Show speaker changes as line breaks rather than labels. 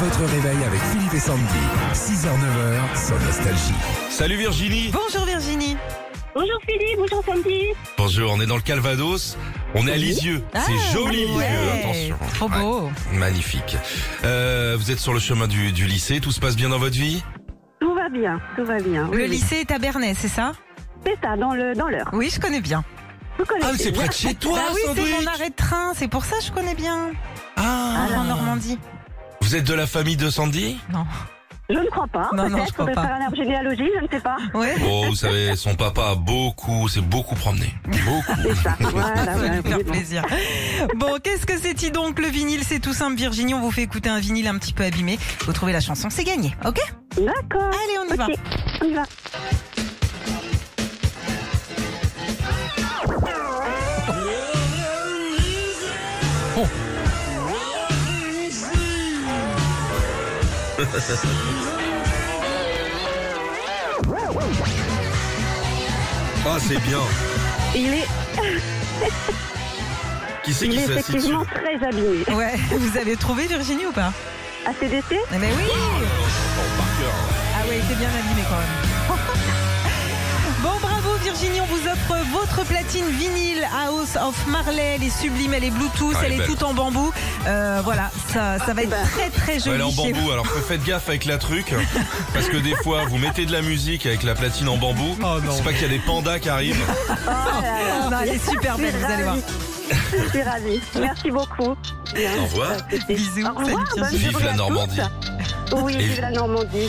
Votre réveil avec Philippe et Sandy. 6h, 9h, sur Nostalgie.
Salut Virginie
Bonjour Virginie.
Bonjour Philippe, bonjour Sandy.
Bonjour, on est dans le Calvados, on est à Lisieux. C'est joli Lisieux,
Ah, ouais.
attention.
Trop
Ouais,
beau.
magnifique. Euh, vous êtes sur le chemin du, du lycée, tout se passe bien dans votre vie
Tout va bien, tout va bien.
Le lycée est à Bernay, c'est ça
C'est ça, dans le dans l'heure.
Oui, je connais bien.
Vous
Ah,
connaissez bien.
de chez toi,
bah oui, c'est mon arrêt de train, c'est pour ça que je connais bien.
Ah,
En Normandie.
Vous êtes de la famille de Sandy
Non.
Je ne crois pas.
Non, non,
Peut-être
je crois
faudrait
pas.
faire un arbre généalogie, je ne sais pas.
Ouais.
Oh, vous savez, son papa a beaucoup, s'est beaucoup promené. Beaucoup.
C'est ça.
Ah,
voilà,
Ça
voilà,
fait faire
oui, bon.
plaisir. Bon, qu'est-ce que c'est-il donc le vinyle C'est tout simple, Virginie. On vous fait écouter un vinyle un petit peu abîmé. Vous trouvez la chanson, c'est gagné. Ok
D'accord.
Allez, on y va.
Ok, on y va.
Ah, c'est bien.
Il est,
Qui c'est
il
qui
est
s'est assis dessus
effectivement très abîmé.
Ouais, vous avez trouvé Virginie ou pas
ACDC
Eh ben oui Ah ouais, c'est bien abîmé quand même. Bon, bravo Virginie, on vous offre votre platine vinyle House of Marley. Elle est sublime, elle est Bluetooth,
Ah, elle
elle
est
est
belle. Ah,
toute en bambou. Euh, voilà, ça, ça va être très très
Ouais,
joli
Elle est en
chez vous.
bambou, alors faites gaffe avec la truc, parce que des fois vous mettez de la musique avec la platine en bambou. c'est pas qu'il y a des pandas qui arrivent.
Oh
Non, elle est super belle, vous allez voir.
Je suis ravie. Merci beaucoup. Bien.
Au revoir.
Bisous,
Au revoir.
salut,
bonne
Virginie.
Vive
journée
la
à
Normandie.
tous. Oui,
Et-
vive la Normandie.